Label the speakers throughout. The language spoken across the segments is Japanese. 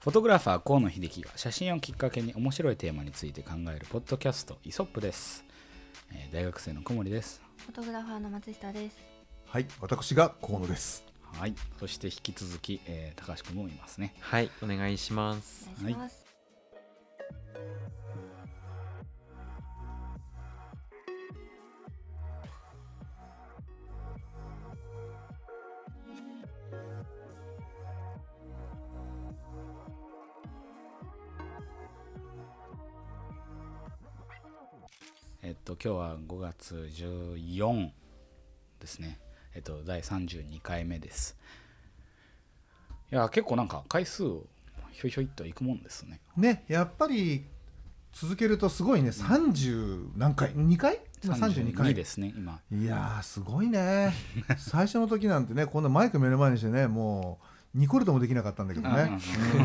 Speaker 1: フォトグラファー河野秀樹が写真をきっかけに面白いテーマについて考えるポッドキャストイソップです、えー大学生の小森です
Speaker 2: フォトグラファーの松下です。
Speaker 3: はい、私が河野です。
Speaker 1: はいそして引き続き、えー高橋君もいますね
Speaker 4: はい、お願いします。
Speaker 2: お願いします。
Speaker 1: えっと今日は5月14ですねえっと第32回目ですいや結構なんか回数をひょいひょいっといくもんですね
Speaker 3: ね、やっぱり続けるとすごいね、三十何回、二回？三十二回。
Speaker 1: ですね今
Speaker 3: いやーすごいね。 最初の時なんてね、こんなマイク目の前にしてね、もうニコルともできなかったんだけどね。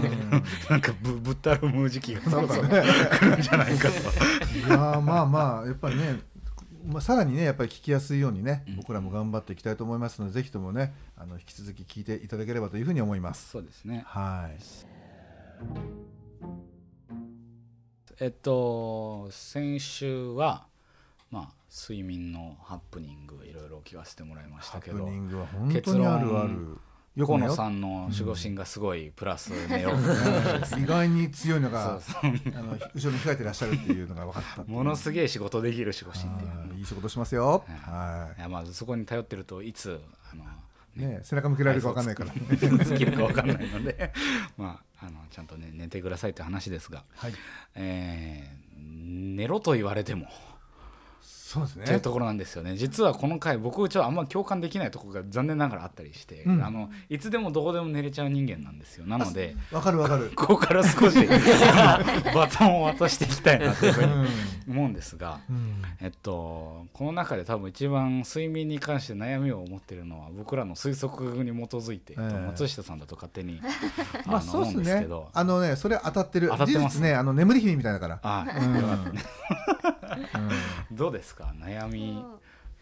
Speaker 1: なんかぶぶったるむ時期がそ
Speaker 3: そ
Speaker 1: ろ
Speaker 3: う
Speaker 1: そ
Speaker 3: だ
Speaker 1: ろ
Speaker 3: ね。
Speaker 1: 来るんじゃないかと
Speaker 3: いやーまあまあやっぱりね。まあ、さらにねやっぱり聞きやすいようにね僕らも頑張っていきたいと思いますので、ぜひともねあの引き続き聞いていただければというふうに思いま す。
Speaker 1: そうですね
Speaker 3: はい
Speaker 1: えっと先週はまあ睡眠のハプニングいろいろ聞かせてもらいまし
Speaker 3: ハ
Speaker 1: たけ
Speaker 3: プ
Speaker 1: ど
Speaker 3: ニングは本当にあるある。よく
Speaker 1: 河
Speaker 3: ね
Speaker 1: 野さんの守護神がすごいプラス目を、
Speaker 3: 意外に強いのが
Speaker 1: そ
Speaker 3: あの後ろに控えてらっしゃるっていうのが分かったっていう
Speaker 1: ものすげえ仕事できる守護神っていう
Speaker 3: あーいい仕事します
Speaker 1: は
Speaker 3: よ、
Speaker 1: い
Speaker 3: はい
Speaker 1: やまあそこに頼ってるといつあの
Speaker 3: いね、背中向けられるか分かんないから、
Speaker 1: 尽きるか分かんないので まああのちゃんとね寝てくださいって話ですが、
Speaker 3: はい、
Speaker 1: えー寝ろと言われても
Speaker 3: そうですね
Speaker 1: というところなんですよね実はこの回僕ちょっとあんま共感できないところが残念ながらあったりして、
Speaker 3: うん
Speaker 1: あのいつでもどこでも寝れちゃう人間なんですよなので
Speaker 3: 分かる分かる、
Speaker 1: ここから少し バトンを渡していきたいなというふうに思うんですが、
Speaker 3: うん
Speaker 1: えっと、この中で多分一番睡眠に関して悩みを持ってるのは僕らの推測に基づいて、
Speaker 3: ええ
Speaker 1: 松下さんだと勝手 にあの
Speaker 3: まあそうです
Speaker 1: 思うんです
Speaker 3: ね
Speaker 1: けど
Speaker 3: あのねそれ当たってる
Speaker 1: 当たってます
Speaker 3: 事実ねあの眠り姫みたいだから
Speaker 1: あ
Speaker 3: うん
Speaker 1: よかった
Speaker 3: うん
Speaker 1: どうですか悩み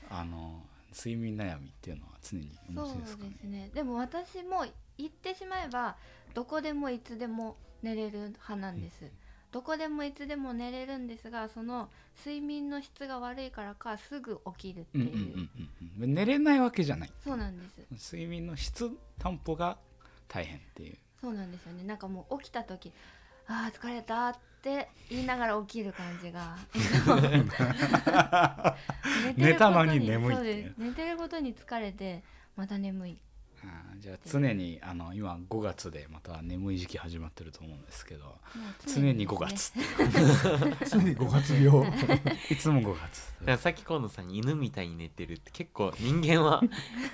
Speaker 1: あの睡眠悩みっていうのは常にお
Speaker 2: そう
Speaker 1: 持ちですか
Speaker 2: そう
Speaker 1: ね
Speaker 2: ですね。でも私も言ってしまえばどこでもいつでも寝れる派なんです。どこでもいつでも寝れるんですが、その睡眠の質が悪いからかすぐ起きるって
Speaker 1: うん
Speaker 2: い
Speaker 1: うん
Speaker 2: う。
Speaker 1: うんうんうん寝れないわけじゃない
Speaker 2: そうなんです。
Speaker 1: 睡眠の質担保が大変っていう
Speaker 2: そうなんですよね。なんかもう起きた時、ああ疲れたって言いながら起きる感 じが。
Speaker 1: 寝たのに眠い
Speaker 2: そ
Speaker 1: っ
Speaker 2: う
Speaker 1: ていう
Speaker 2: です寝てることに疲れてまた眠い。
Speaker 1: あーじゃあ常にあの今5月でまた眠い時期始まってると思うんですけど
Speaker 2: もう
Speaker 1: 常に
Speaker 2: ですね
Speaker 1: 5月。
Speaker 3: 常に5月病
Speaker 1: いつも5月
Speaker 4: だからさっき河野さんに犬みたいに寝てるって結構人間 は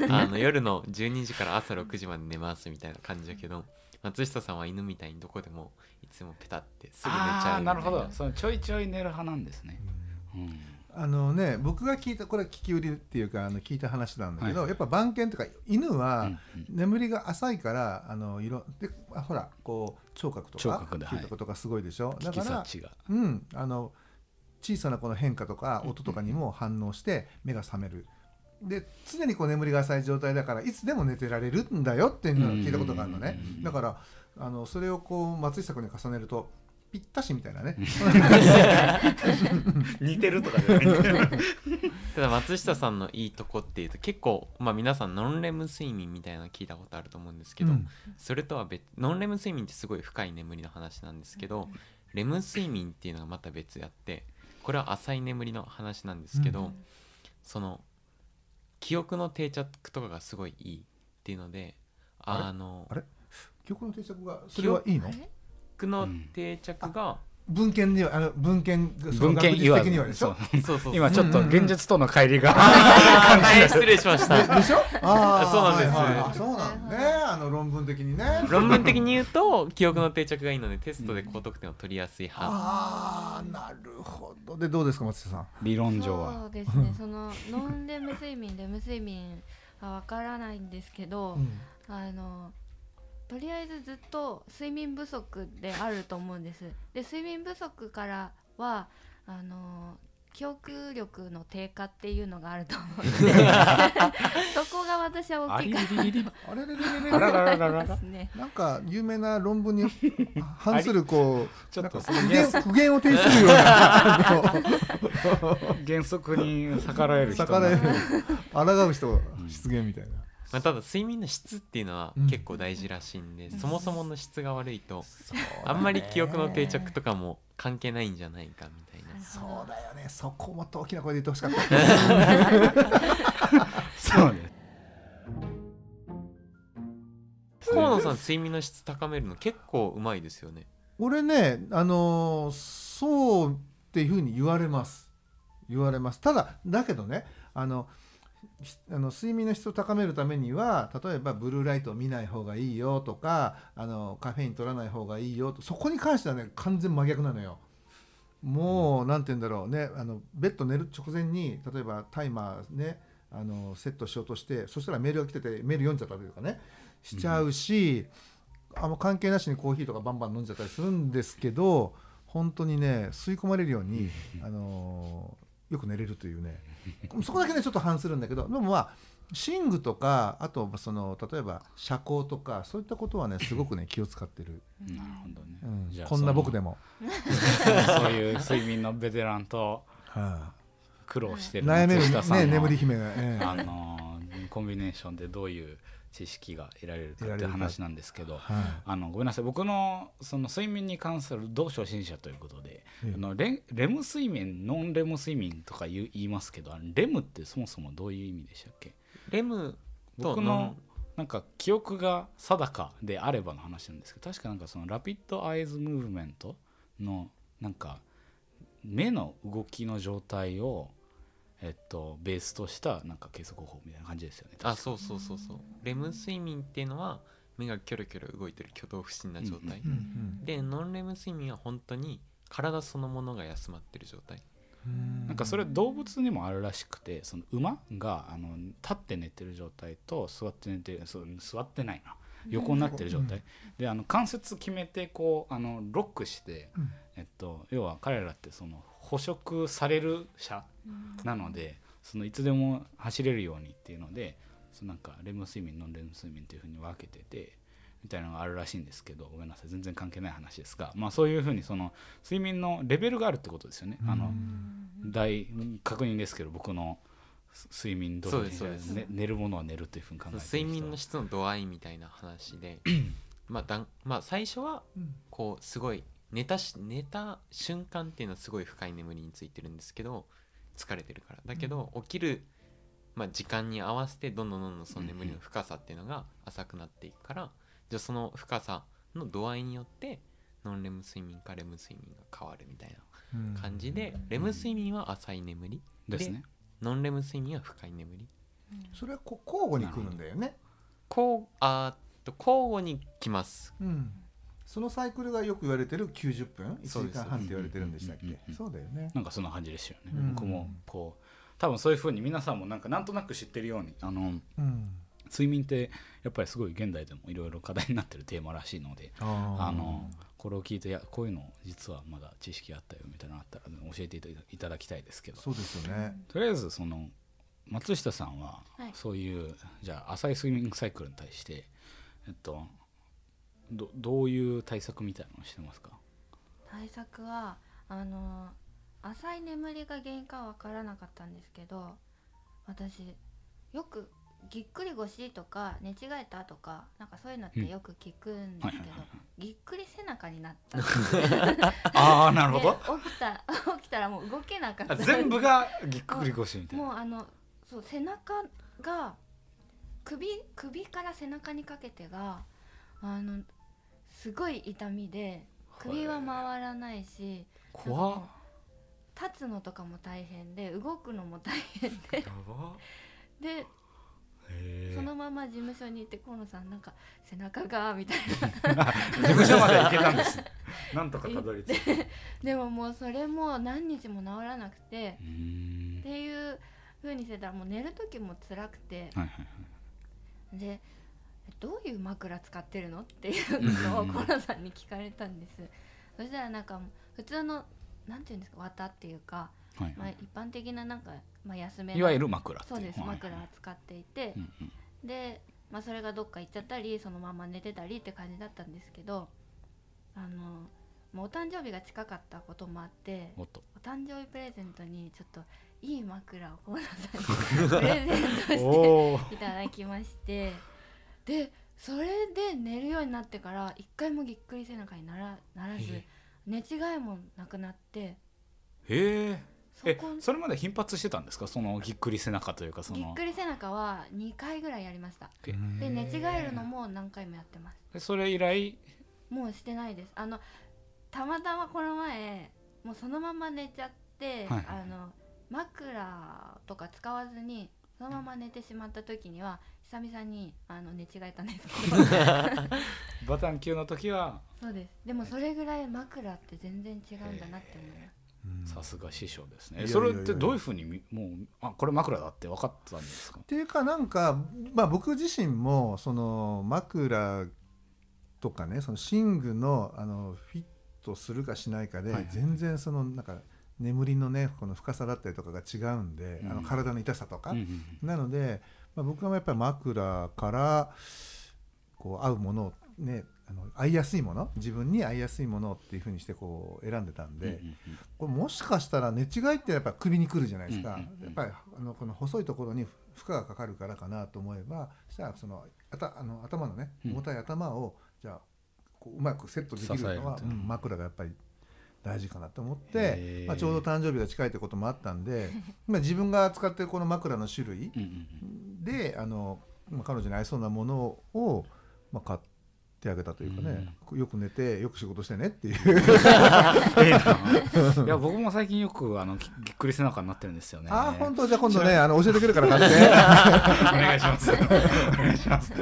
Speaker 4: あの夜の12時から朝6時まで寝ますみたいな感じだけど松下さんは犬みたいにどこでもいつもペタってすぐ寝ち
Speaker 1: ああ
Speaker 4: ゃう
Speaker 1: ー
Speaker 4: みた
Speaker 1: ないるほどそのちょいちょい寝る派なんですね、うん
Speaker 3: あのね僕が聞いたこれは聞き売りっていうかあの聞いた話なんだけど、やっぱ番犬とか犬は、
Speaker 1: うんうん
Speaker 3: 眠りが浅いからあのいろであほらこう聴覚と
Speaker 1: 聴
Speaker 3: か
Speaker 1: 覚ではい
Speaker 3: 嗅覚とかすごいでしょ、
Speaker 1: 聞
Speaker 3: だ
Speaker 1: き
Speaker 3: から
Speaker 1: 察知が
Speaker 3: うんあの小さなこの変化とか音とかにも反応して目が覚めるで常にこう眠りが浅い状態だからいつでも寝てられるんだよっていうのを聞いたことがあるのね
Speaker 1: うんうんうんうん
Speaker 3: だからあのそれをこう松下君に重ねるとぴったしみたいなね
Speaker 1: 似てるとかじゃないんだよ
Speaker 4: ただ松下さんのいいとこっていうと結構、まあ、皆さんノンレム睡眠みたいなの聞いたことあると思うんですけど、
Speaker 3: うん
Speaker 4: それとは別ノンレム睡眠ってすごい深い眠りの話なんですけどレム睡眠っていうのがまた別であってこれは浅い眠りの話なんですけど、
Speaker 2: うん
Speaker 4: その記憶の定着とかがすごいいいっていうので
Speaker 3: あれ
Speaker 4: あの
Speaker 3: あれ記憶の定着がそれはいいの
Speaker 2: あれ
Speaker 4: 記憶の定着が、
Speaker 3: 文献にはあの文献その
Speaker 1: 文献
Speaker 3: 学術的にはでしょ
Speaker 1: そう
Speaker 4: そうそう
Speaker 1: 今ちょっと現実との乖離が、
Speaker 4: あーはい失礼しました
Speaker 3: でしょあ
Speaker 4: あそうなんです
Speaker 3: はいはいはいあそうなんねあの論文的にね
Speaker 4: 論文的に言うと記憶の定着がいいのでテストで高得点を取りやすい派、
Speaker 3: ああなるほどでどうですか松下さん
Speaker 1: 理論上
Speaker 2: そ
Speaker 1: は
Speaker 2: うですね。そのノンレム睡眠、レム睡眠はわからないんですけど、あのとりあえずずっと睡眠不足であると思うんです。で睡眠不足からはあの記憶力の低下っていうのがあると思うのでそこが私は
Speaker 1: あ
Speaker 2: 大き
Speaker 1: り
Speaker 2: いか
Speaker 1: りりりり
Speaker 3: あれれれれれ
Speaker 1: あらららら
Speaker 2: な
Speaker 1: ら
Speaker 2: で
Speaker 1: ら
Speaker 2: すね。
Speaker 3: なんか有名な論文に反するこう
Speaker 1: ちょっと
Speaker 3: なん
Speaker 1: そ
Speaker 3: か
Speaker 1: の原
Speaker 3: 苦言
Speaker 1: 則
Speaker 3: 苦言を呈するようなあ
Speaker 1: 原則に逆らえる
Speaker 3: の
Speaker 1: 人
Speaker 3: 逆らえる抗う人
Speaker 1: ん
Speaker 3: 出現みたいな。
Speaker 4: まあ、ただ睡眠の質っていうのは
Speaker 3: うん
Speaker 4: 結構大事らしいんで、
Speaker 2: うん
Speaker 4: そもそもの質が悪いとあんまり記憶の定着とかも関係ないんじゃないかみたいな
Speaker 3: そうだよねそこもっと大きな声で言ってほしかった
Speaker 1: そうね
Speaker 4: 河野さん睡眠の質高めるの結構うまいですよね
Speaker 3: 俺ねあのーそうっていうふうに言われます言われますただだけどねあのひあの睡眠の質を高めるためには例えばブルーライトを見ない方がいいよとかあのカフェイン取らない方がいいよとそこに関してはね完全真逆なのよ。もうなんて言うんだろうねあのベッド寝る直前に例えばタイマーねあのセットしようとしてそしたらメールが来ててメール読んじゃったりとかねしちゃうし、あんま関係なしにコーヒーとかバンバン飲んじゃったりするんですけど本当にね吸い込まれるように、あのーよく寝れるというねそこだけねちょっと反するんだけどでもまあ寝具とかあとその例えば遮光とかそういったことはねすごくね気を使ってる、
Speaker 1: なるほどね、
Speaker 3: うん
Speaker 1: じゃあ
Speaker 3: こんな僕で
Speaker 1: も
Speaker 3: も。
Speaker 1: そういう睡眠のベテランと
Speaker 3: は
Speaker 1: 苦労して
Speaker 3: い
Speaker 1: る
Speaker 3: 悩め
Speaker 1: 松下
Speaker 3: る
Speaker 1: さん
Speaker 3: ね
Speaker 1: の
Speaker 3: 眠り姫が、ええ
Speaker 1: あのーコンビネーションでどういう知識が得られるか
Speaker 3: 得ら
Speaker 1: っ
Speaker 3: れ
Speaker 1: て
Speaker 3: るか
Speaker 1: 話なんですけど
Speaker 3: は
Speaker 1: あのごめんなさい僕のその睡眠に関する同初心者ということで、
Speaker 3: ええ
Speaker 1: あのレレム睡眠ノンレム睡眠とか言う言いますけどあのレムってそもそもどういう意味でしたっけ
Speaker 4: レムと
Speaker 1: 僕
Speaker 4: ノ
Speaker 1: の
Speaker 4: ン
Speaker 1: なんか記憶が定かであればの話なんですけど確かなんかそのラピッドアイズムーブメントのなんか目の動きの状態をえっとベースとしたなんか計測方法みたいな感じですよね。
Speaker 4: あそうそうそうそうレム睡眠っていうのは目がキョロキョロ動いてる挙動不審な状態、
Speaker 3: い、うんうん
Speaker 4: でノンレム睡眠は本当に体そのものが休まってる状態
Speaker 3: うん
Speaker 1: なんかそれ動物にもあるらしくてその馬があの立って寝てる状態と座って寝てるそう座ってないな横になってる状態、であの関節決めてこうあのロックして、
Speaker 3: うん
Speaker 1: えっと、要は彼らってその捕食される者なのでそのいつでも走れるようにっていうのでそのなんかレム睡眠ノンレム睡眠っていうふうに分けててみたいなのがあるらしいんですけどごめんなさい全然関係ない話ですが、まあ、そういうふうにその睡眠のレベルがあるってことですよね。あの大確認ですけど僕のす睡眠ど
Speaker 4: そうですそうです
Speaker 1: ね、寝るものは寝るというふうに考えてる人
Speaker 4: 睡眠の質の度合いみたいな話でまあだん、まあ、最初は
Speaker 3: うん
Speaker 4: こうすごい寝たし寝た瞬間っていうのはすごい深い眠りについてるんですけど疲れてるからだけど起きる、まあ、時間に合わせてどんどんどんどんその眠りの深さっていうのが浅くなっていくからじゃあその深さの度合いによってノンレム睡眠かレム睡眠が変わるみたいな感じでレム睡眠は浅い眠り
Speaker 1: ですね
Speaker 4: ノンレム睡眠は深い眠り
Speaker 3: それはこう交互に来るんだよね、
Speaker 4: こうあーっと交互に来ます
Speaker 3: うん、そのサイクルがよく言われてる90分
Speaker 4: そう
Speaker 3: 1
Speaker 4: で
Speaker 3: 時
Speaker 4: す
Speaker 3: 間半って言われてるんでしたっ
Speaker 1: うんうんうんう
Speaker 3: け
Speaker 1: ん
Speaker 3: そうだよね
Speaker 1: なんかそんな感じですよね、
Speaker 3: うん
Speaker 1: 僕もこう多分そういうふうに皆さんもなんかなんとなく知ってるようにあの
Speaker 3: うん
Speaker 1: 睡眠ってやっぱりすごい現代でもいろいろ課題になってるテーマらしいのであ
Speaker 3: あ
Speaker 1: のこれを聞いていやこういうの実はまだ知識あったよみたいなのあったら教えていたいただきたいですけど
Speaker 3: そうですよね
Speaker 1: とりあえずその松下さんは
Speaker 2: はい
Speaker 1: そういう、じゃあ浅い睡眠サイクルに対してえっとどどういう対策みたいなのをしてますか
Speaker 2: 対策はあの浅い眠りが原因かわからなかったんですけど私よくぎっくり腰とか寝違えたとかなんかそういうのってよく聞くんです
Speaker 1: うんはいは
Speaker 2: けど、
Speaker 1: いはい
Speaker 2: ぎっくり背中になったんです
Speaker 1: ああな
Speaker 2: で起きた起きたらもう動けなかった
Speaker 1: 全部がぎっくり腰みたいな
Speaker 2: もうあのそう背中が首首から背中にかけてがあのすごい痛みで首は回らないし
Speaker 1: 怖っ
Speaker 2: 立つのとかも大変で動くのも大変
Speaker 4: やば
Speaker 2: で
Speaker 1: へえ
Speaker 2: そのまま事務所に行って河野さんなんか背中がみ たいな
Speaker 1: 事務所まで行けたんですねなんとかたどり着いたう
Speaker 2: でももうそれも何日も治らなくて
Speaker 1: ーん
Speaker 2: っていう風にしてたらもう寝る時も辛くて
Speaker 1: はいはい
Speaker 2: でどういう枕使ってるのっていうのを
Speaker 1: うん
Speaker 2: 河野さんに聞かれたんですそしたらなんかもう普通のなんていうんですか綿っていうか
Speaker 1: はい
Speaker 2: まあ、一般的ななんか、まあ、安めない
Speaker 1: わゆる枕ってい
Speaker 2: そうです
Speaker 1: はい
Speaker 2: 枕を使っていて、
Speaker 1: うんうん
Speaker 2: で、まあ、それがどっか行っちゃったりそのまま寝てたりって感じだったんですけどあのもうお誕生日が近かったこともあって
Speaker 1: おっと
Speaker 2: お誕生日プレゼントにちょっといい枕をコーナ さんにプレゼントして
Speaker 1: おー
Speaker 2: いただきましてでそれで寝るようになってから一回もぎっくり背中にならならず
Speaker 1: へえ
Speaker 2: 寝違いもなくなって
Speaker 1: へえ
Speaker 2: そ
Speaker 1: え
Speaker 2: こ
Speaker 1: それまで頻発してたんですかそのぎっくり背中というかそ
Speaker 2: ぎっ
Speaker 1: の
Speaker 2: くり背中は2回ぐらいやりました
Speaker 1: へ
Speaker 2: で寝違えるのも何回もやってます
Speaker 1: でそれ以来
Speaker 2: もうしてないですあのたまたまこの前もうそのまま寝ちゃって、
Speaker 1: はいはい
Speaker 2: あの枕とか使わずにそのまま寝てしまった時には久々にあの寝違えたんです けど
Speaker 1: バタン級の時は
Speaker 2: そうですでもそれぐらい枕って全然違うんだなって思います
Speaker 3: うん
Speaker 1: さすが師匠ですね
Speaker 3: いやいやいや
Speaker 1: それってどういうふうにみもうあこれ枕だって分かったんですか
Speaker 3: っていうかなんか、まあ、僕自身もその枕とかねその寝具のあのフィットするかしないかで、
Speaker 1: はいはい
Speaker 3: 全然そのなんか眠りのねこの深さだったりとかが違うんで、
Speaker 1: うん
Speaker 3: あの体の痛さとか、
Speaker 1: うんうん
Speaker 3: なので、まあ、僕はやっぱり枕からこう合うものをねあの合いやすいもの自分に合いやすいものっていうふうにしてこう選んでたん
Speaker 1: うん
Speaker 3: で、
Speaker 1: うんうん
Speaker 3: これもしかしたら寝違いってやっぱ首にくるじゃないですか、
Speaker 1: うんうんうん
Speaker 3: やっぱりあのこの細いところに負荷がかかるからかなと思えばそしたらそのあたあの頭のね
Speaker 1: うん
Speaker 3: 重たい頭をじゃあこううまくセットできるのは
Speaker 1: 支えると
Speaker 3: う
Speaker 1: いうん
Speaker 3: 枕がやっぱり大事かなと思っ
Speaker 1: へ
Speaker 3: て
Speaker 1: ー、
Speaker 3: まあ、ちょうど誕生日が近いってこともあった んでまあ自分が使ってるこの枕の種類
Speaker 1: うんうん
Speaker 3: であの、まあ、彼女に合いそうなものを、まあ、買ってあげたというかね、よく寝てよく仕事してねっていう。
Speaker 1: うんいや僕も最近よくあのぎぎっくり背中になってるんですよね
Speaker 3: あー本当じゃあ今
Speaker 1: 知
Speaker 3: 度
Speaker 1: ら
Speaker 3: ねあの教えてくれるから 買って
Speaker 1: お願いしますお願いします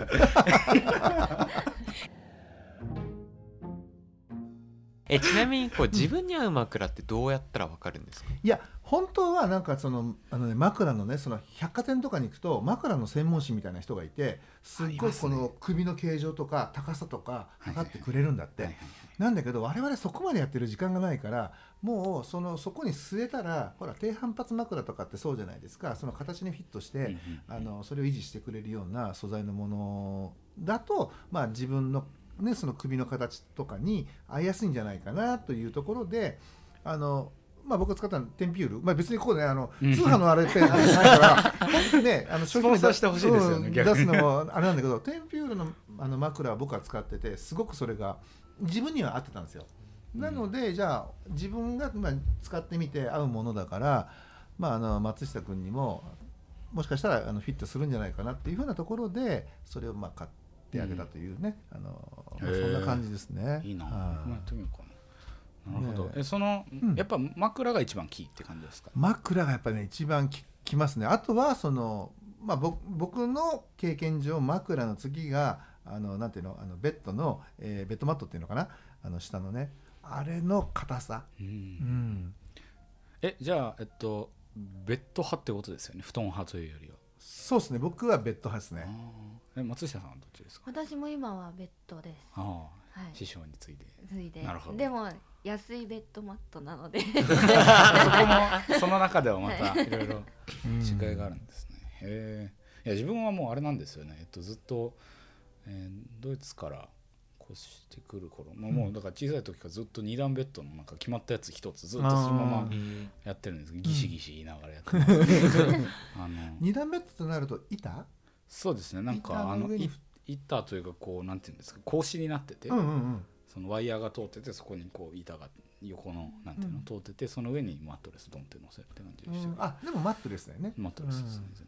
Speaker 4: えちなみにこう自分に合う枕ってどうやったらわかるんですか
Speaker 3: いや本当はなんかそのあの、ね、枕のねその百貨店とかに行くと枕の専門誌みたいな人がいてすっ
Speaker 1: あり
Speaker 3: ご
Speaker 1: ま
Speaker 3: い
Speaker 1: す
Speaker 3: こ
Speaker 1: ね
Speaker 3: の首の形状とか高さとか
Speaker 1: はいはい
Speaker 3: 測ってくれるんだって、
Speaker 1: はいはい
Speaker 3: なんだけど我々そこまでやってる時間がないからもうそのそこに据えたらほら低反発枕とかってそうじゃないですかその形にフィットして、
Speaker 1: うん
Speaker 3: あのそれを維持してくれるような素材のものだと、まあ、自分の,、ね、その首の形とかに合いやすいんじゃないかなというところであの、まあ、僕が使ったのはテンピュール、まあ、別にこうねあの
Speaker 1: うん
Speaker 3: 通販のあれってあれじゃないから本 当にねあの商品
Speaker 1: スポンサーしてほしいですよね
Speaker 3: うん
Speaker 1: 逆に
Speaker 3: 出すのもあれなんだけどテンピュールのあの枕は僕は使っててすごくそれが自分には合ってたんですよ。なのでじゃあ自分がまあ使ってみて合うものだから、まあ、あの松下君にももしかしたらあのフィットするんじゃないかなっていうふうなところでそれをまあ買ってあげたというね、あのまあ
Speaker 1: へ
Speaker 3: そ
Speaker 1: ー
Speaker 3: んな感じですね。
Speaker 1: いいな、
Speaker 3: は
Speaker 1: やってみようかななるほど
Speaker 3: ね、え
Speaker 1: えその、
Speaker 3: うん
Speaker 1: やっぱ枕が一番キーって感じですか
Speaker 3: 枕がやっぱりね一番ききますねあとはその、まあ、ぼ僕の経験上枕の次があのなんていうのあのベッドの、えーベッドマットっていうのかなあの下のねあれの硬さ、
Speaker 1: うん
Speaker 3: うん、
Speaker 1: えじゃあえっとベッド派ってことですよね布団派というよりは、
Speaker 3: そうですね僕はベッド派です
Speaker 1: あ
Speaker 3: ね
Speaker 1: ーえ松下さんはどっちですか
Speaker 2: 私も今はベッドです
Speaker 1: あ
Speaker 2: は
Speaker 1: あ
Speaker 2: い
Speaker 1: 師匠について
Speaker 2: ついで
Speaker 1: なるほど
Speaker 2: でも安いベッドマット なので
Speaker 1: そこもその中ではまたいろいろ違いがあるんですね、へえいや自分はもうあれなんですよね、えっと、ずっと、えードイツから越してくる頃、まあ、もうだから小さい時からずっと二段ベッドのなんか決まったやつ一つずっとそのまま
Speaker 3: あ
Speaker 1: やってるんですけどギシギシ言いながらやってますけど あの
Speaker 3: 二段ベッドとなると板
Speaker 1: そうですねなんか
Speaker 3: 板
Speaker 1: あの
Speaker 3: の上に
Speaker 1: い板というかこうなんていうんですか格子になってて、
Speaker 3: うんうんうん
Speaker 1: そのワイヤーが通っててそこにこう板が横のなんていうの、
Speaker 3: うん
Speaker 1: 通っててその上にマットレスドンって乗せるって感じ
Speaker 3: う
Speaker 1: でしたけ
Speaker 3: ん
Speaker 1: ど、
Speaker 3: あでもマットレスだよね
Speaker 1: マットレスですね、全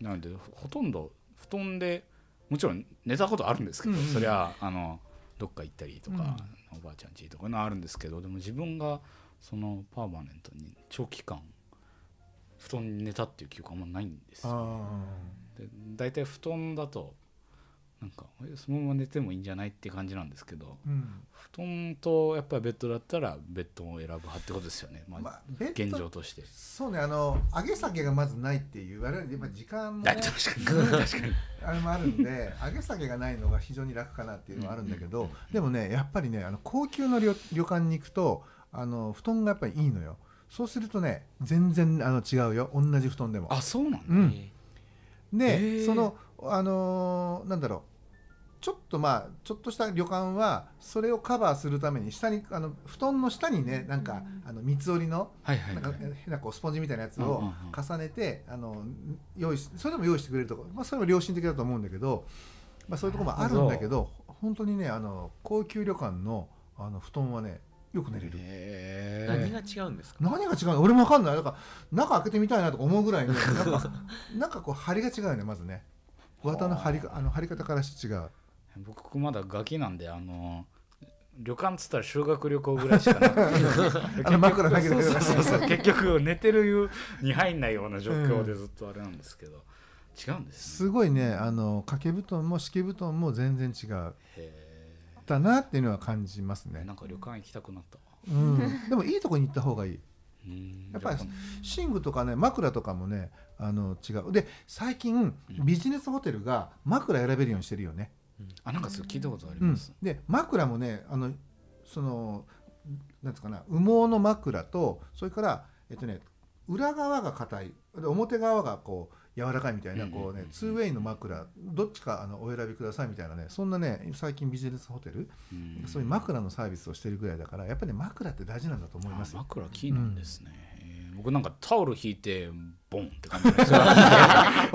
Speaker 1: 然なのでほほとんど布団でもちろん寝たことあるんですけど、
Speaker 3: うんうん
Speaker 1: そりゃあのどっか行ったりとか、おばあちゃん家とかいうのはあるんですけどでも自分がそのパーマネントに長期間布団に寝たっていう記憶あんまないんです
Speaker 3: う
Speaker 1: よ
Speaker 3: んあ
Speaker 1: で大体布団だとなんかえそのまま寝てもいいんじゃないって感じなんですけど
Speaker 3: ーうん
Speaker 1: 布団とやっぱりベッドだったらベッドを選ぶ派ってことですよね、まあ
Speaker 3: まあベッ
Speaker 1: 現
Speaker 3: ド
Speaker 1: 状として。
Speaker 3: そうねあの上げ下げがまずないっていう我々やっぱ時間も、
Speaker 1: あ
Speaker 3: ね、
Speaker 1: 確かに確かに
Speaker 3: あれもあるんで上げ下げがないのが非常に楽かなっていうのはあるんだけど、でもねやっぱりねあの高級の旅旅館に行くとあの布団がやっぱりいいのよそうするとね全然あの違うよ同じ布団でも
Speaker 1: あそうなんだ、
Speaker 3: うん
Speaker 4: え
Speaker 3: で、
Speaker 1: へえ
Speaker 3: そのあのーなんだろうちょっとまあちょっとした旅館はそれをカバーするために下にあの布団の下にねなんかあの三つ折りの
Speaker 1: はいはい
Speaker 3: なん
Speaker 1: は
Speaker 3: か
Speaker 1: い
Speaker 3: 変なこうスポンジみたいなやつ
Speaker 1: うんうん
Speaker 3: を重ねて、あの用意しそれでも用意してくれるとこ、まあ、それも良心的だと思うんだけど、まあ、そういうところもあるんだけど本当にねあの高級旅館のあの布団はねよく寝れる。
Speaker 1: へ
Speaker 4: ー
Speaker 1: え
Speaker 4: 何が違うんですか
Speaker 3: 何が違うの俺も分かんないだから中開けてみたいなとか思うぐらいねなんかなんかこう張りが違うよねまずね綿の張りがあの張り方からして違う
Speaker 1: 僕まだガキなんであの旅館っつったら修学旅行ぐらいしかなくて 結
Speaker 3: あ
Speaker 1: 局
Speaker 3: の枕だけで
Speaker 1: そうそうそうそう結局寝てる湯に入んないような状況でずっとあれなんですけど、違うんですね
Speaker 3: すごいねあの掛け布団も敷き布団も全然違う
Speaker 1: へ
Speaker 3: だなっていうのは感じます
Speaker 1: え
Speaker 3: ね
Speaker 1: なん、か旅館行きたくなったわ
Speaker 3: うん、でもいいとこに行った方がいい
Speaker 1: うん
Speaker 3: やっぱり
Speaker 1: 旅行
Speaker 3: 寝具とかね枕とかもねあの違うで最近
Speaker 1: うん
Speaker 3: ビジネスホテルが枕選べるようにしてるよね、
Speaker 1: あなんかそれ聞いたことあり
Speaker 3: うん
Speaker 1: ます、
Speaker 3: で枕もねあのそのなんつうかな羽毛の枕とそれからえっとね裏側が硬いで表側がこう柔らかいみたいな
Speaker 1: うんうんうんうん
Speaker 3: こうねツーウェイの枕どっちかあのお選びくださいみたいなねそんなね最近ビジネスホテル
Speaker 1: うん
Speaker 3: そういう枕のサービスをしてるぐらいだからやっぱりね枕って大事なんだと思います
Speaker 1: あ
Speaker 3: よ。
Speaker 1: 枕キーなんですね、へえ僕なんかタオル引いてボンって感じなんですよ
Speaker 3: わ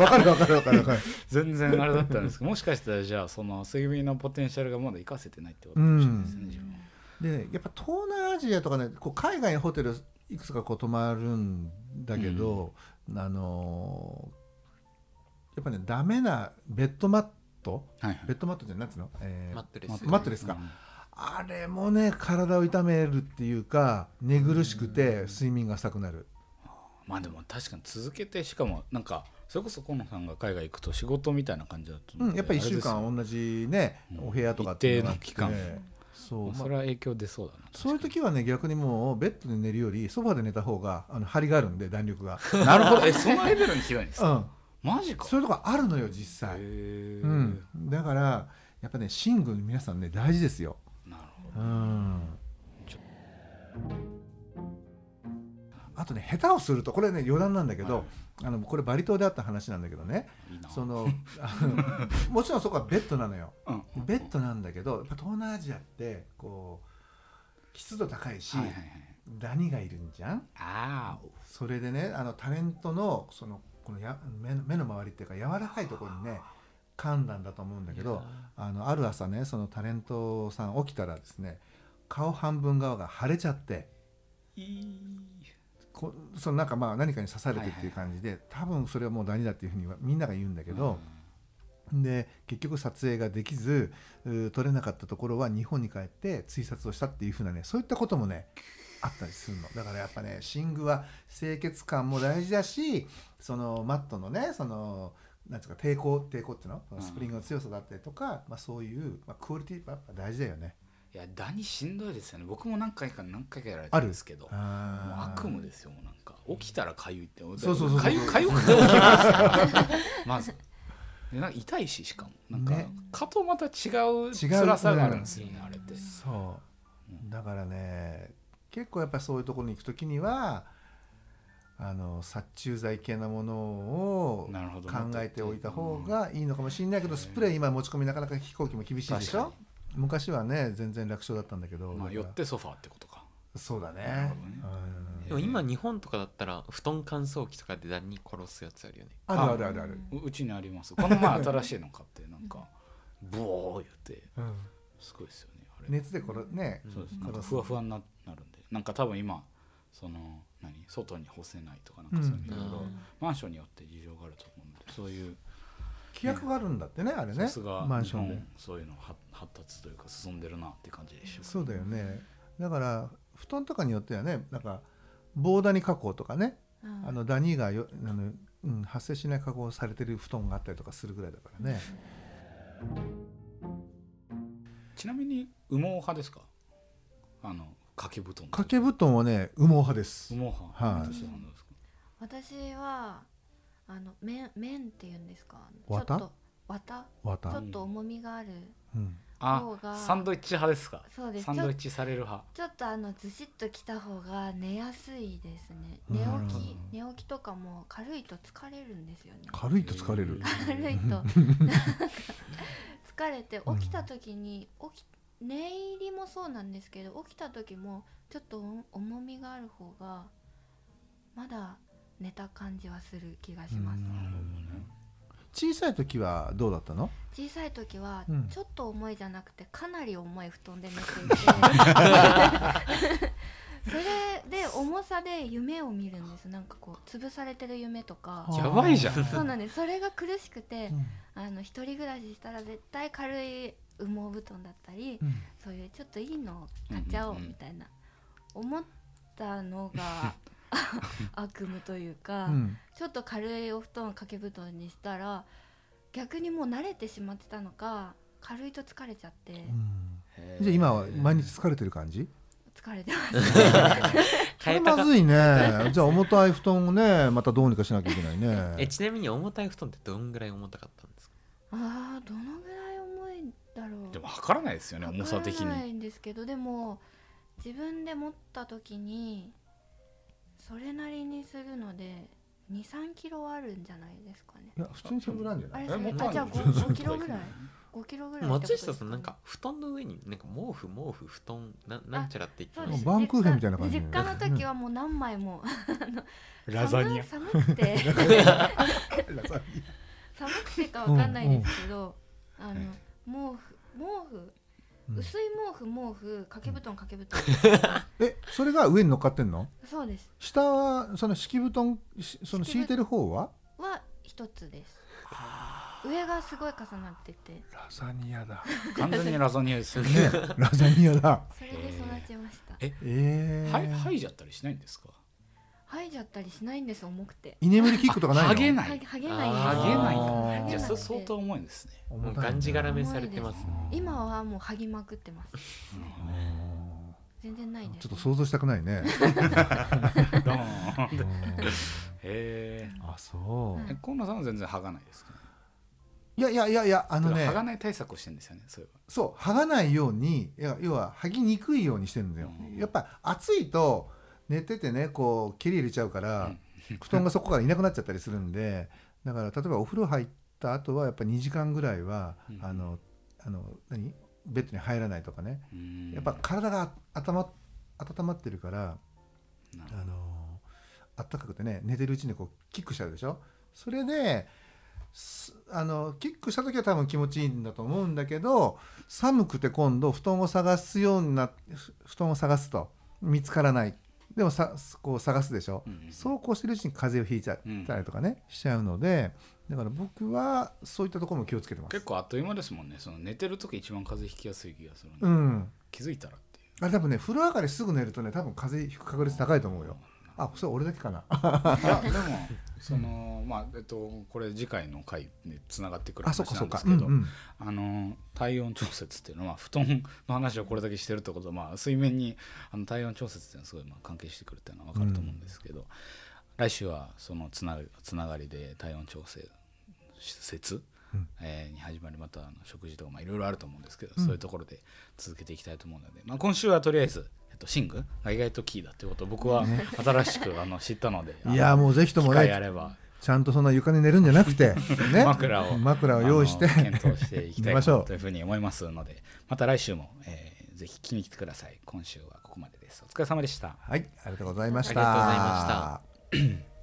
Speaker 3: かるわかるわかるわかる。
Speaker 1: 全然あれだったんですけどもしかしたらじゃあその睡眠のポテンシャルがまだ活かせてないってことかもしれないですね、
Speaker 3: うん
Speaker 1: 自分は
Speaker 3: でねやっぱ東南アジアとかねこう海外のホテルいくつかこう泊まるんだけど、あのーやっぱねダメなベッドマット
Speaker 1: はいはい
Speaker 3: ベッドマットじゃなんつうの、えー
Speaker 4: マットレス
Speaker 3: マットレスか、あれもね体を痛めるっていうか寝苦しくて睡眠が浅くなる、
Speaker 1: まあでも確かに続けてしかもなんかそれこそ河野さんが海外行くと仕事みたいな感じだと
Speaker 3: う
Speaker 1: 思
Speaker 3: ん
Speaker 1: ので
Speaker 3: やっぱり1
Speaker 1: あれ
Speaker 3: 週
Speaker 1: ですよ
Speaker 3: 間同じね
Speaker 1: うん
Speaker 3: お部屋とかっていうがあって
Speaker 1: 一定の期
Speaker 3: そう、
Speaker 1: まあ
Speaker 3: まあ
Speaker 1: それは影響出そうだな
Speaker 3: そういう
Speaker 1: 確か
Speaker 3: 時はね逆にもうベッドで寝るよりソファで寝た方があの張りがあるんで弾力 が
Speaker 1: になるほどえそのレベルにひどいんです
Speaker 3: う
Speaker 1: か
Speaker 3: ん
Speaker 1: マジか
Speaker 3: そういうとこあるのよ実際、
Speaker 1: へえ
Speaker 3: うん、だからやっぱね寝具の皆さんね大事ですよ、
Speaker 1: なるほ
Speaker 3: う
Speaker 1: ど
Speaker 3: ん、あとね下手をするとこれね余談なんだけど、
Speaker 1: はい
Speaker 3: あのこれバリ島であった話なんだけどね
Speaker 1: いいな
Speaker 3: そのあのもちろんそこはベッドなのよ
Speaker 1: うん
Speaker 3: ベッドなんだけどやっぱ東南アジアってこう湿度高いし、
Speaker 1: はいはいはい
Speaker 3: ダニがいるんじゃん
Speaker 1: ああ
Speaker 3: それでねあのタレントのそのこのや目の目の周りっていうか柔らかいところにね噛んだんだと思うんだけどあのある朝ねそのタレントさん起きたらですね顔半分側が腫れちゃって
Speaker 1: いい
Speaker 3: こそのなんかまあ何かに刺されてっていう感じで、多分それはもうダニだっていうふうにはみんなが言うんだけど、で結局撮影ができずう撮れなかったところは日本に帰って追撮をしたっていうふうなねそういったこともねあったりするのだからやっぱね寝具は清潔感も大事だしそのマットのねそのなんつうか抵抗抵抗っていうのそのスプリングの強さだったりとか、まあ、そういう、まあ、クオリティやっぱ大事だよね。
Speaker 1: いやダニしんどいですよね僕も何回か何回かやられ
Speaker 3: あ
Speaker 1: た
Speaker 3: る
Speaker 1: んですけどもう
Speaker 3: あー
Speaker 1: 悪夢ですよもうなんか起きたらかゆいってそう
Speaker 3: そうそうそう
Speaker 1: かゆかゆくて起きますからねまずでなんか痛いししかもなんか
Speaker 3: ね
Speaker 1: 蚊とまた違う
Speaker 3: う
Speaker 1: 辛さがあるんですよねあれって
Speaker 3: そうだからね結構やっぱりそういうところに行く時にはあの殺虫剤系なものを
Speaker 1: なるほど
Speaker 3: 考えておいた方がいいのかもしれないけどスプレー今持ち込みなかなか飛行機も厳しいでしょ
Speaker 1: 確か
Speaker 3: 昔はね全然楽勝だったんだけど、
Speaker 1: まあ
Speaker 3: だ
Speaker 1: 寄
Speaker 3: から
Speaker 1: ってソファーってことか
Speaker 3: そうだね
Speaker 1: なるほどね
Speaker 3: うん
Speaker 4: でも今日本とかだったら布団乾燥機とかでダニ殺すやつあるよね
Speaker 3: あるあるあるある、
Speaker 1: ううちにありますこの前新しいの買ってなんかブオー言ってすごいですよねあれ
Speaker 3: 熱でこれね
Speaker 1: そうです
Speaker 3: うん
Speaker 1: なんか
Speaker 3: 殺す
Speaker 1: ふわふわにななるんでなんか多分今その何外に干せないとかなんかそういうのいろいろ
Speaker 4: うん
Speaker 1: マンションによって事情があると思うんでそういう
Speaker 3: 規約があるんだってねあれね
Speaker 1: さすが
Speaker 3: マン
Speaker 1: 日
Speaker 3: ションで
Speaker 1: 本そういうの発発達というか進んでるなって感じでしょ
Speaker 3: そうだよねだから布団とかによってはねなんか棒ダニ加工とかねあのダニがよあの、うん、発生しない加工をされてる布団があったりとかするぐらいだからね
Speaker 1: ちなみに羽毛派ですかあの掛け布団
Speaker 3: 掛け布団はね羽毛派です
Speaker 1: 羽毛派
Speaker 3: はい
Speaker 1: 私はどうですか
Speaker 2: 私はあの綿綿っていうんですか
Speaker 3: 綿
Speaker 2: ちょっと綿
Speaker 3: 綿
Speaker 2: ちょっと重みがある
Speaker 3: うん
Speaker 1: あ
Speaker 2: 方が
Speaker 1: サンドイッチ派ですか
Speaker 2: そうです
Speaker 1: サンドイッチされる派
Speaker 2: ちょっとあのずしっときた方が寝やすいですね
Speaker 3: うん
Speaker 2: 寝
Speaker 3: なる
Speaker 2: 起
Speaker 3: ほど
Speaker 2: き寝起きとかも軽いと疲れるんですよね
Speaker 3: 軽いと疲れる
Speaker 2: 軽いとなんか疲れて起きた時に起き寝入りもそうなんですけど起きた時もちょっと重みがある方がまだ寝た感じはする気がします
Speaker 3: うん
Speaker 1: ね
Speaker 3: 小さい時はどうだったの
Speaker 2: 小さい時は
Speaker 3: うん
Speaker 2: ちょっと重いじゃなくてかなり重い布団で寝ていて それで重さで夢を見るんですなんかこう潰されてる夢とか
Speaker 1: やばいじゃん
Speaker 3: あー
Speaker 2: そうなんですそれが苦しくて
Speaker 3: うん
Speaker 2: あの一人暮らししたら絶対軽い羽毛布団だったり
Speaker 3: うん
Speaker 2: そういうちょっといいのを買っちゃお
Speaker 1: う
Speaker 2: う
Speaker 1: んうんうん
Speaker 2: みたいな思ったのが悪夢というか、
Speaker 3: うん
Speaker 2: ちょっと軽いお布団掛け布団にしたら逆にもう慣れてしまってたのか軽いと疲れちゃって
Speaker 1: へ
Speaker 3: う
Speaker 1: ー
Speaker 3: んじゃあ今は毎日疲れてる感じ
Speaker 2: 疲れてます、
Speaker 3: そ
Speaker 4: 変
Speaker 3: れ
Speaker 4: えた
Speaker 3: ま
Speaker 4: か
Speaker 3: ずいねじゃあ重たい布団をねまたどうにかしなきゃいけない
Speaker 4: え
Speaker 3: ね
Speaker 4: ちなみに重たい布団ってどんぐらい重たかったんですか
Speaker 2: あーどのぐらい重いんだろう
Speaker 1: でも測らないですよね重さ的
Speaker 2: わからな
Speaker 1: に
Speaker 2: いんですけどでも自分で持った時にそれなりにするので23キロはあるんじゃないですかね
Speaker 3: いや普通にそれぐらいじゃ
Speaker 2: あ
Speaker 3: な
Speaker 2: れ
Speaker 3: い
Speaker 2: それ
Speaker 4: もっと
Speaker 2: あじゃあ
Speaker 4: ある
Speaker 2: 5, 5キロぐらい5キロぐらいってこと
Speaker 4: 松
Speaker 2: ですか
Speaker 4: 下さんなんか布団の上になんか毛布毛布布団ななんちゃらって言って
Speaker 2: そう
Speaker 4: ま
Speaker 2: で
Speaker 4: し
Speaker 2: す
Speaker 4: た
Speaker 3: もうバンクーヘンみたいな感じ
Speaker 2: 実家の時はもう何枚も
Speaker 1: ラザニア
Speaker 2: 寒寒く て寒くてかわかんないですけど、あの毛布毛布
Speaker 3: うん
Speaker 2: 薄い毛布毛布掛け布団掛け布団
Speaker 3: えそれが上に乗っかってんの
Speaker 2: そうです
Speaker 3: 下はその敷布団しその敷いてる方は
Speaker 2: は一つです上がすごい重なってて
Speaker 3: ラザニアだ
Speaker 1: 完全にラザニアですよね
Speaker 3: ラザニアだ
Speaker 2: それで育ちました
Speaker 4: え
Speaker 3: え え
Speaker 1: はいはいじゃったりしないんですか
Speaker 2: 剥いじゃったりしないんです重くて
Speaker 3: 居眠りキックとかないの
Speaker 1: はげ
Speaker 2: は
Speaker 1: な
Speaker 2: はいげない
Speaker 4: あー
Speaker 1: はげない
Speaker 3: あ
Speaker 1: ん
Speaker 3: ー
Speaker 1: だじゃあそ相当重いんですね
Speaker 4: も
Speaker 3: 重
Speaker 4: う
Speaker 3: たいね
Speaker 4: がんじがらめされてます
Speaker 2: 今はもう剥ぎまくってます
Speaker 3: うん
Speaker 2: 全然ないです
Speaker 3: ちょっと想像したくないね
Speaker 1: ドーン
Speaker 3: うん
Speaker 1: へー
Speaker 3: あそ
Speaker 2: は
Speaker 1: え河野さんは全然剥がないですか
Speaker 3: いやいやいやいやあの
Speaker 1: ね
Speaker 3: ね
Speaker 1: 剥がない対策をしてるんですよねそうい
Speaker 3: そう剥がないようにいや要は剥ぎにくいようにしてるんだよ、
Speaker 1: うん
Speaker 3: やっぱ暑いと寝ててねこう蹴り入れちゃうから、
Speaker 1: うん
Speaker 3: 布団がそこからいなくなっちゃったりするんでだから例えばお風呂入った後はやっぱ2時間ぐらいは、
Speaker 1: うん
Speaker 3: あのあの何ベッドに入らないとかね
Speaker 1: えば
Speaker 3: やっぱ体が頭温まってるから、
Speaker 1: なる
Speaker 3: あの暖かくてね寝てるうちにこうキックしちゃうでしょそれですあのキックした時は多分気持ちいいんだと思うんだけど寒くて今度布団を探すようになふ布団を探すと見つからないでもさこう探すでしょ、
Speaker 1: うん
Speaker 3: そうこうしてるうちに風邪をひいちゃったりとかね、しちゃうのでだから僕はそういったところも気をつけてます
Speaker 1: 結構あっという間ですもんねその寝てる時一番風邪ひきやすい気がするんで、
Speaker 3: うん
Speaker 1: 気づいたらっていう
Speaker 3: あれ多分ね風呂上がりすぐ寝るとね多分風邪ひく確率高いと思うよあそれ俺だけかない
Speaker 1: やでもそのまあえっとこれ次回の回につながってくる
Speaker 3: あそ
Speaker 1: 話
Speaker 3: っか
Speaker 1: な
Speaker 3: そ
Speaker 1: ん
Speaker 3: っ
Speaker 1: ですけ
Speaker 3: かうんう
Speaker 1: ど
Speaker 3: ん
Speaker 1: あの体温調節っていうのは布団の話をこれだけしてるってことは、まあ、水面にあの体温調節っていうのはすごいまあ関係してくるっていうのは分かると思うんですけど、来週はそのつなつながりで体温調整施設、
Speaker 3: うん
Speaker 1: えーに始まりまたあの食事とかまあいろいろあると思うんですけど、そういうところで続けていきたいと思うので、まあ、今週はとりあえず、えっと、シングが意外とキーだっていうことを僕は新しくあの知ったので
Speaker 3: いやーもうぜひと
Speaker 1: 機
Speaker 3: も
Speaker 1: 会あ
Speaker 3: ね
Speaker 1: れば
Speaker 3: ちゃんとそんな床に寝るんじゃなくて、 ね、
Speaker 1: 枕を
Speaker 3: 枕を用意して
Speaker 1: あの検討していきたい
Speaker 3: 寝
Speaker 1: か
Speaker 3: ま
Speaker 1: な
Speaker 3: しょう
Speaker 1: というふうに思いますのでまた来週も、えーぜひ聞きに来てください今週はここまでですお疲れ様でした
Speaker 3: はいありがとうございました
Speaker 4: ありがとうございました